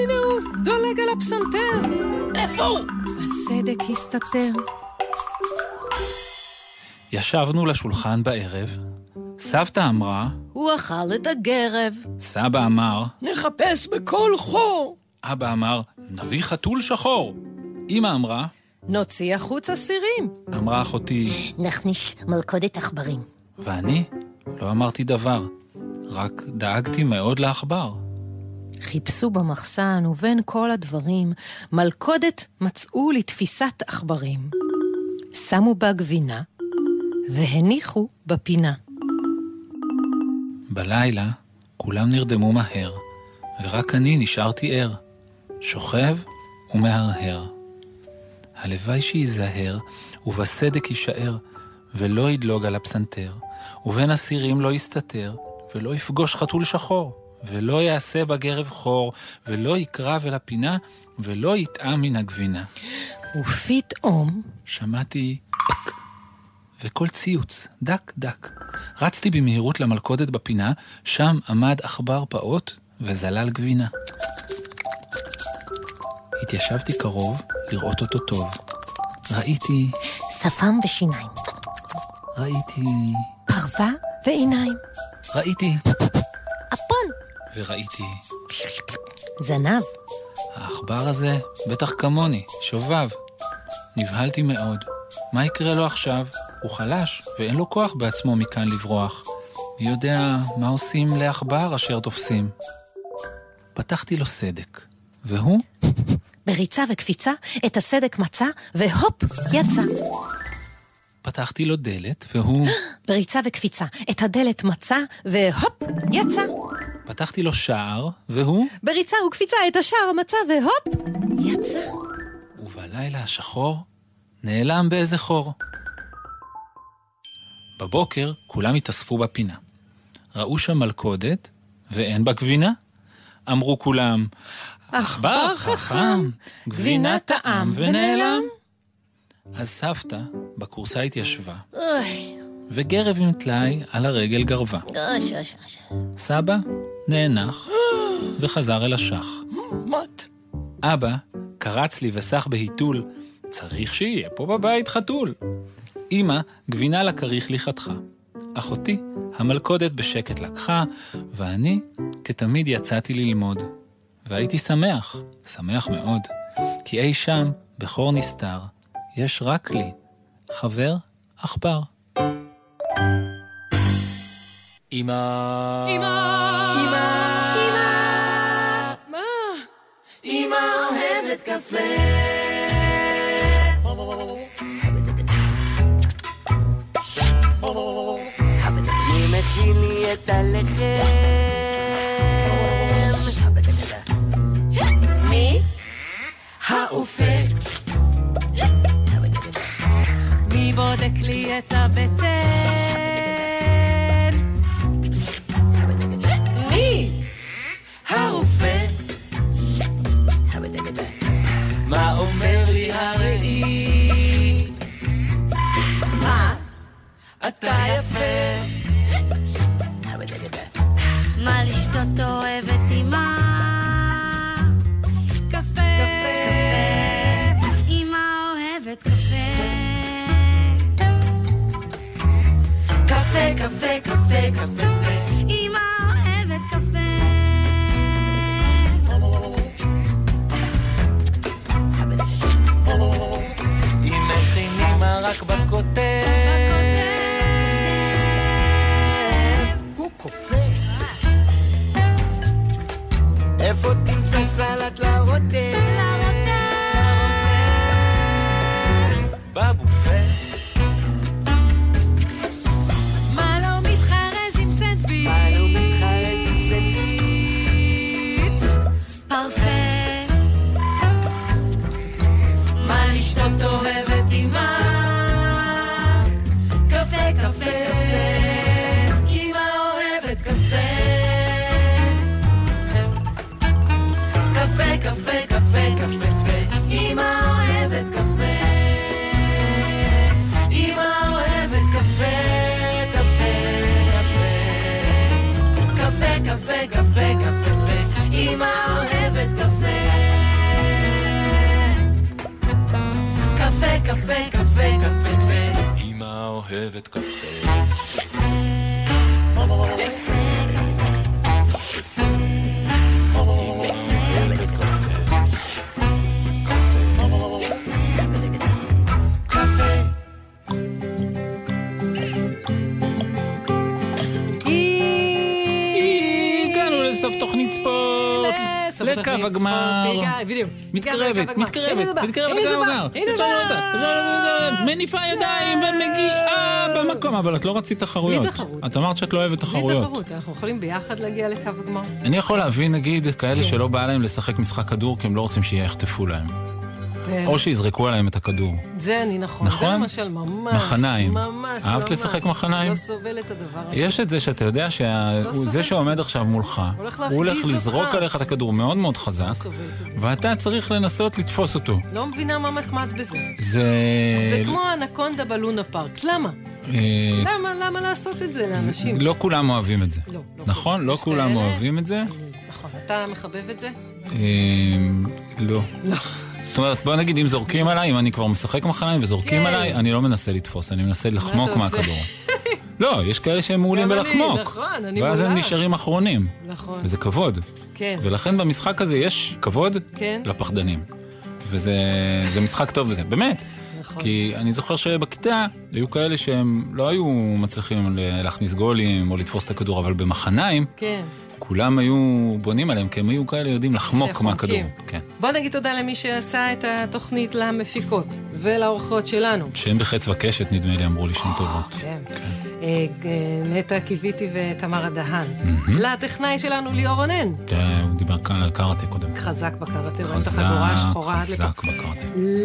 הנה הוא! דולג על הפסנתר! איפה הוא? הסדק הסתתר. ישבנו לשולחן בערב. סבתא אמרה, הוא אכל את הגרב. סבא אמר, נחפש בכל חור. אבא אמר, נביא חתול שחור. אמא אמרה, נוציא החוצה סירים. אמרה אחותי, נכניש מלכודת עכברים. ואני לא אמרתי דבר, רק דאגתי מאוד לעכבר. חיפשו במחסן, ובין כל הדברים, מלכודת מצאו לתפיסת עכברים. שמו בה גבינה, והניחו בפינה. בלילה כולם נרדמו מהר, ורק אני נשארתי ער, שוכב ומהרהר. הלוואי שייזהר, ובסדק יישאר, ולא ידלוג על הפסנתר, ובין הסירים לא יסתתר, ולא יפגוש חתול שחור, ולא יעשה בגרב חור, ולא יקרב אל הפינה, ולא יטעם מן הגבינה. ופתאום... שמעתי פק, וקול ציוץ, דק דק. רצתי במהירות למלכודת בפינה, שם עמד עכבר פעוט וזלל גבינה. התיישבתי קרוב לראות אותו טוב. ראיתי, שפם ושיניים, ראיתי, פרווה ועיניים, ראיתי, אפון, וראיתי. זנב, העכבר הזה בטח כמוני, שובב. נבהלתי מאוד. מה יקרה לו עכשיו? הוא חלש, ואין לו כוח בעצמו מכאן לברוח. מי יודע מה עושים לעכבר אשר תופסים. פתחתי לו סדק, והוא בריצה וקפיצה, את הסדק מצא, והופ, יצא. פתחתי לו דלת, והוא בריצה וקפיצה, את הדלת מצא, והופ, יצא. פתחתי לו שער, והוא בריצה וקפיצה, את השער מצא, והופ, יצא. ובלילה השחור נעלם באיזה חור. בבוקר כולם התאספו בפינה. ראו שם מלכודת, ואין בה גבינה. אמרו כולם, עכבר חכם, גבינה טעם ונעלם. אז סבתא בכורסה התיישבה, אוי, וגרב עם טלאי על הרגל גרבה. אוש, אוש, אוש. סבא נאנח וחזר אל השח. מות. אבא קרץ לי וסח בהיתול, צריך שיהיה פה בבית חתול. אמא גבינה לכריך לי חתכה. אחותי המלכודת בשקט לקחה, ואני כתמיד יצאתי ללמוד. והייתי שמח, שמח מאוד, כי אי שם, בחור נסתר, יש רק לי, חבר עכבר. אמא... אמא אוהבת קפה. אמא תגילי את הלחם. מי? האופה. מי בודק לי את הבטן? מי? הרופא. מה אומר לי הראי? מה? אתה יפה. מה לשתות אוהבת אמא? קפה. אמא אוהבת קפה. קפה, קפה, קפה, קפה. אמא אוהבת קפה. אם מכינים מרק בכותב, הוא כופה. איפה תמצא סלט לרוטב? בבופה. מה לא מתחרז עם סנדוויץ'? מה לא מתחרז עם סנדוויץ'? פרפה. מה לשתות אוהבת אמא? קפה, קפה. אמא אוהבת קפה. קפה, קפה, קפה, קפה. אמא אוהבת קפה. אמא אוהבת קפה, קפה, קפה. קפה, קפה, קפה, קפה, קפה. אמא אוהבת קפה. קפה, קפה, קפה, קפה, קפה. אמא אוהבת קפה. קפה. תוכנית ספורט לספורט, לקו הגמר. ליגה, בדיוק. מתקרבת, הגמר. הנה זה מתקרבת, בא, מתקרבת הנה לקו זה בא, הגמר. הנה יש לנו בא. אותה. מניפה ידיים ומגיעה במקום, אבל את לא רצית תחרויות. בלי תחרות. את אמרת שאת לא אוהבת בלי תחרויות. תחרות, אנחנו יכולים ביחד להגיע לקו הגמר. אני יכול להבין, נגיד, כאלה שלא בא להם לשחק משחק כדור כי הם לא רוצים שיחטפו להם. כן. או שיזרקו עליהם את הכדור. זה אני נכון. נכון? זה למשל ממש. מחניים. ממש, אהבת ממש. לשחק מחניים? לא סובל את הדבר הזה. יש את זה שאתה יודע לא סובל. שזה שעומד עכשיו מולך, הולך הוא הולך להפגיז לזרוק אותך. לא עליך את הכדור מאוד מאוד חזק, סובל את זה. ואתה צריך לנסות לתפוס אותו. לא מבינה מה נחמד בזה. זה... זה כמו האנקונדה בלונה פארק. למה? אה, למה? למה לעשות את זה זה- לאנשים? לא כולם אוהבים את זה. לא, לא נכון? לא כולם כאלה. אוהבים את זה? נכון. אתה מחבב את זה? אה, לא. זאת אומרת, בוא נגיד, אם זורקים עליי, אם אני כבר משחק מחניים וזורקים כן. עליי, אני לא מנסה לתפוס, אני מנסה לחמוק אתה עושה? מהכדור. לא, יש כאלה שהם מעולים גם אני, בלחמוק. נכון, אני ואז הם מעולה. נשארים אחרונים. נכון. וזה כבוד. כן. ולכן במשחק הזה יש כבוד כן. לפחדנים. וזה זה משחק טוב וזה, באמת. נכון. כי אני זוכר שבכיתה היו כאלה שהם לא היו מצליחים ל- להכניס גולים או לתפוס את הכדור, אבל במחניים כן. כולם היו בונים עליהם, כי הם היו כאלה יודעים לחמוק שחונקים. מהכדור. כן. בוא נגיד תודה למי שעשה את התוכנית למפיקות ולאורחות שלנו. שהם בחץ וקשת, נדמה לי, אמרו לי שהן טובות. כן. אה, אה, נטע קיוויתי ותמרה דהן. לטכנאי שלנו ליאור רונן. אה, הוא דיבר כאן על קראטה קודם. חזק בקראטה, רואים את חזק, החגורה השחורה עד לפה. חזק בקראטה.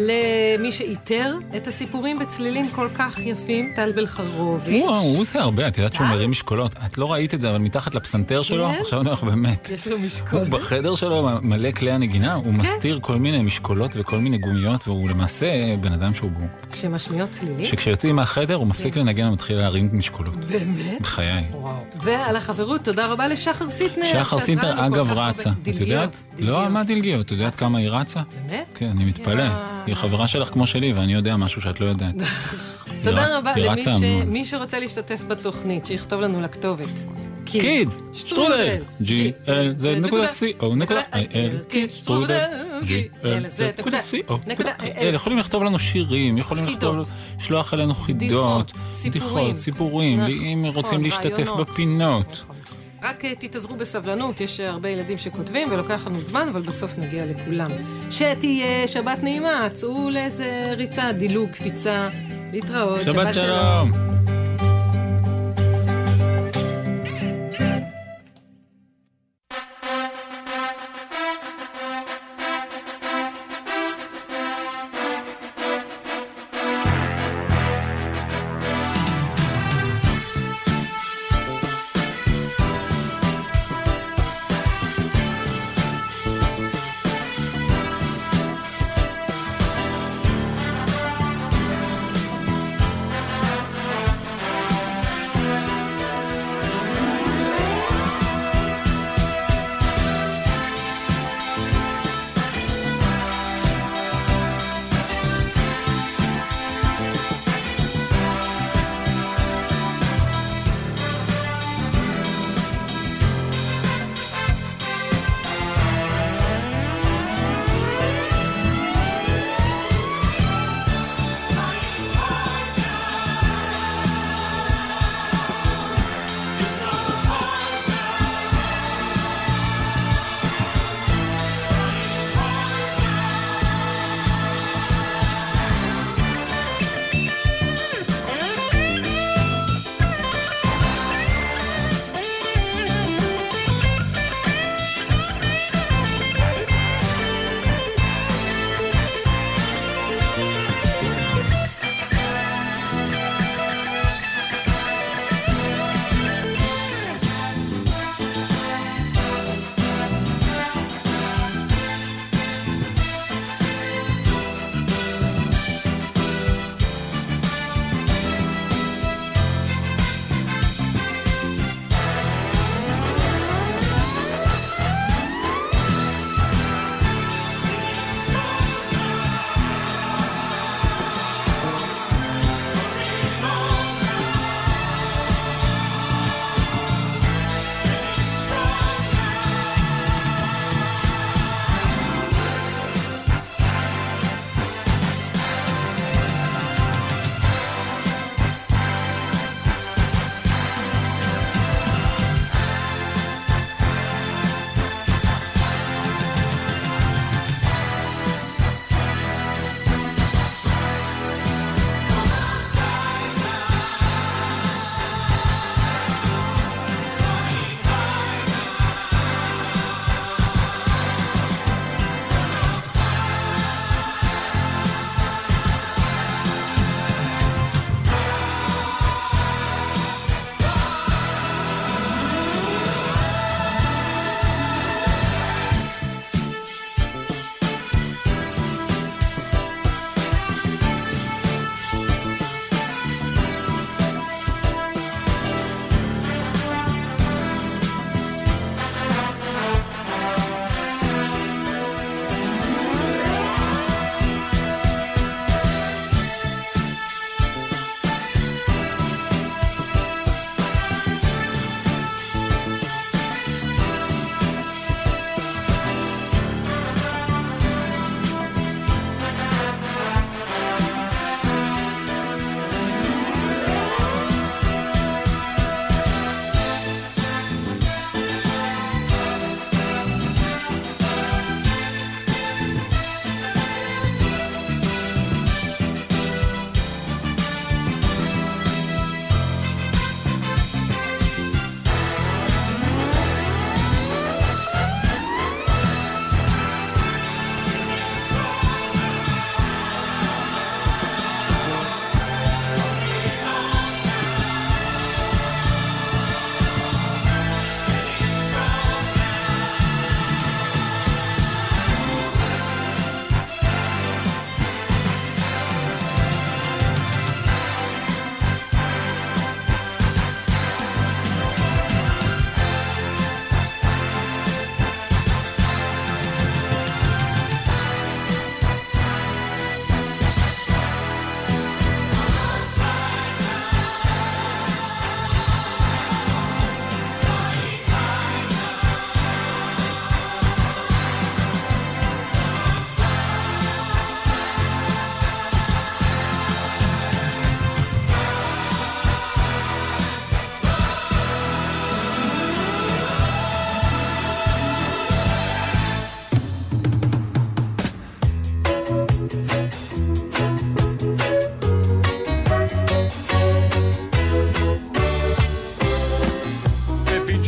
למי שאיתר את הסיפורים בצלילים כל כך יפים, טל בלחרוביץ'. וואו, הוא עושה הרבה, את יודעת שהוא מרים משקולות. את לא ראית את זה, אבל מתחת לפסנתר שלו, אה? כן? עכשיו אני אומר לך באמת. יש לו כן. הוא משקול. בחדר שלו מלא כלי הנגינה, הוא מסתיר כל מיני משקולות וכל מיני גומיות, והוא למעשה בן אדם שהוא בור. שמשמיעות צלילים. שכשיוצאים מהחדר הוא מפסיק לנגן ומתחיל להרים משקולות. באמת? בחיי. ועל החברות, תודה רבה לשחר סיטנר. שחר שעזרה סינטר, לנו כל אגב, כך הרבה. רצה. את דלגיות. יודעת? לא, מה דלגיות? את יודעת כמה היא רצה? באמת? כן, אני מתפלא. היא חברה שלך כמו שלי, ואני יודע משהו שאת לא יודעת. תודה היא רבה רצה למי ש- המון. מי שרוצה להשתתף בתוכנית, שיכתוב לנו לכתובת. קידס, שטרודל, glz.co.il, קידס, שטרודל, glz.co.il. יכולים לכתוב לנו שירים, יכולים לכתוב, לשלוח אלינו חידות, בדיחות, סיפורים, נכון, אם רוצים להשתתף נכון, רעיונות. בפינות. רק אה, תתאזרו בסבלנות, יש אה, הרבה ילדים שכותבים ולוקח לנו זמן, אבל בסוף נגיע לכולם. שתהיה שבת נעימה, צאו לאיזה ריצה, דילוג, קפיצה, להתראות. שבת שלום. Thank you.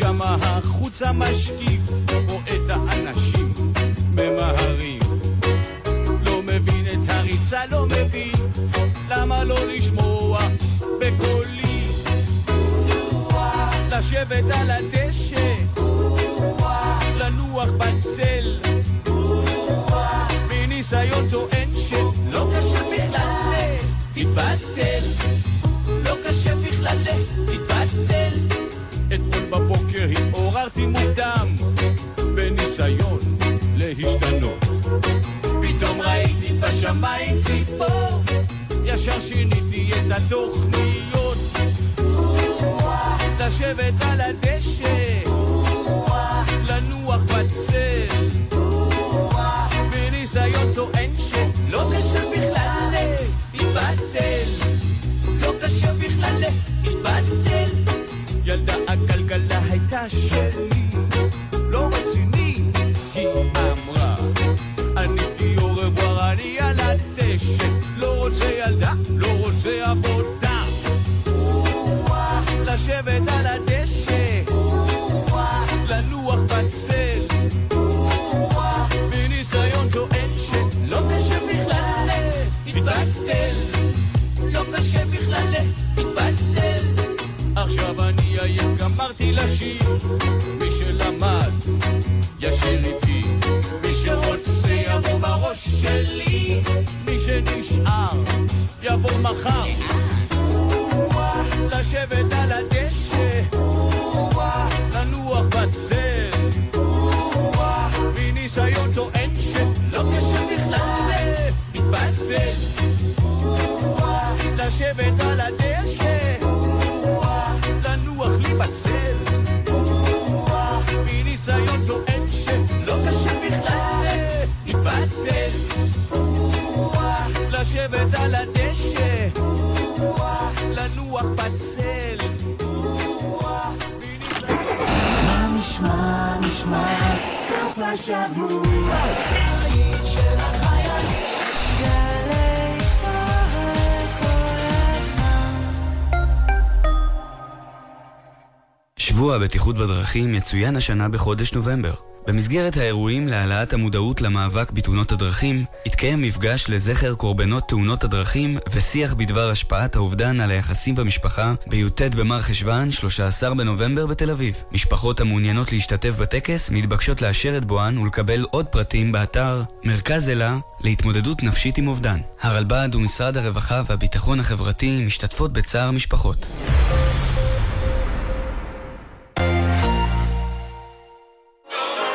כמה החוץ המשקיף רואה את האנשים ממהרים. לא מבין את הריצה, לא מבין למה לא לשמוע בקולי. לשבת על הדשא, לנוח בצל. מניסיון טוען שלא קשה בכלל להתבטל. לא קשה בכלל להתבטל. אתמול בבוקר התעוררתי מוקדם בניסיון להשתנות. פתאום ראיתי בשמיים ציפור, ישר שיניתי את התוכניות. לשבת על הדשא, לנוח בצל. בניסיון טוען שלא קשה בכלל להתבטל. לא קשה בכלל להתבטל. ילדה עגלגלה הייתה שלי, לא רציני, היא אמרה. עניתי יורב וואר, אני על הדשא, לא רוצה ילדה, לא רוצה עבודה. לשבת על הדשא, לנוח בצל. מניסיון טוען שלא קשה בכלל להתבטל. לא קשה בכלל להתבטל. עכשיו אני עייף, גמרתי לשיר. מי שלמד, ישיר איתי. מי שרוצה יבוא בראש שלי. מי שנשאר, יבוא מחר. לשבת על הדשא, לנוח בצל. מניסיון טוען שלא קשה בכלל להתבטל. לשבת על הדשא, לנוח לי בצל. מניסיון טוען שלא קשה בכלל להתבטל. לשבת על הדשא, לנוח בצל. מה נשמע, נשמע, סוף השבוע. הבית של החיילים. גלי צהל כל הזמן. שבוע הבטיחות בדרכים יצוין השנה בחודש נובמבר. במסגרת האירועים להעלאת המודעות למאבק בתאונות הדרכים, התקיים מפגש לזכר קורבנות תאונות הדרכים ושיח בדבר השפעת האובדן על היחסים במשפחה בי"ט במר חשוון, 13 בנובמבר בתל אביב. משפחות המעוניינות להשתתף בטקס מתבקשות לאשר את בואן ולקבל עוד פרטים באתר מרכז אלה להתמודדות נפשית עם אובדן. הרלב"ד ומשרד הרווחה והביטחון החברתי משתתפות בצער משפחות.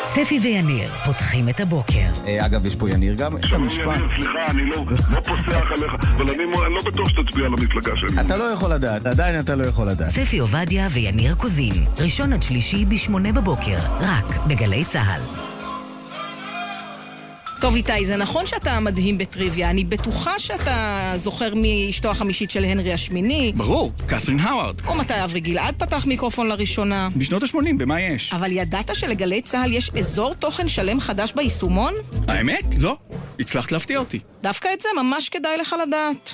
ספי ויניר פותחים את הבוקר. אה, אגב, יש פה יניר גם. שלום יניר, סליחה, אני לא לא פוסח עליך, אבל אני אני לא בטוח שתצביע למפלגה שלי. אתה לא יכול לדעת, עדיין אתה לא יכול לדעת. ספי עובדיה ויניר קוזין, ראשון עד שלישי ב-8 בבוקר, רק בגלי צה"ל. טוב איתי, זה נכון שאתה מדהים בטריוויה, אני בטוחה שאתה זוכר מי אשתו החמישית של הנרי השמיני. ברור, קת'רין האווארד. או מתי אברי גלעד פתח מיקרופון לראשונה. בשנות ה-80, במה יש? אבל ידעת שלגלי צה"ל יש אזור תוכן שלם חדש ביישומון? האמת? לא. הצלחת להפתיע אותי. דווקא את זה ממש כדאי לך לדעת.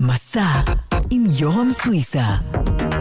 מסע עם יורם סוויסה.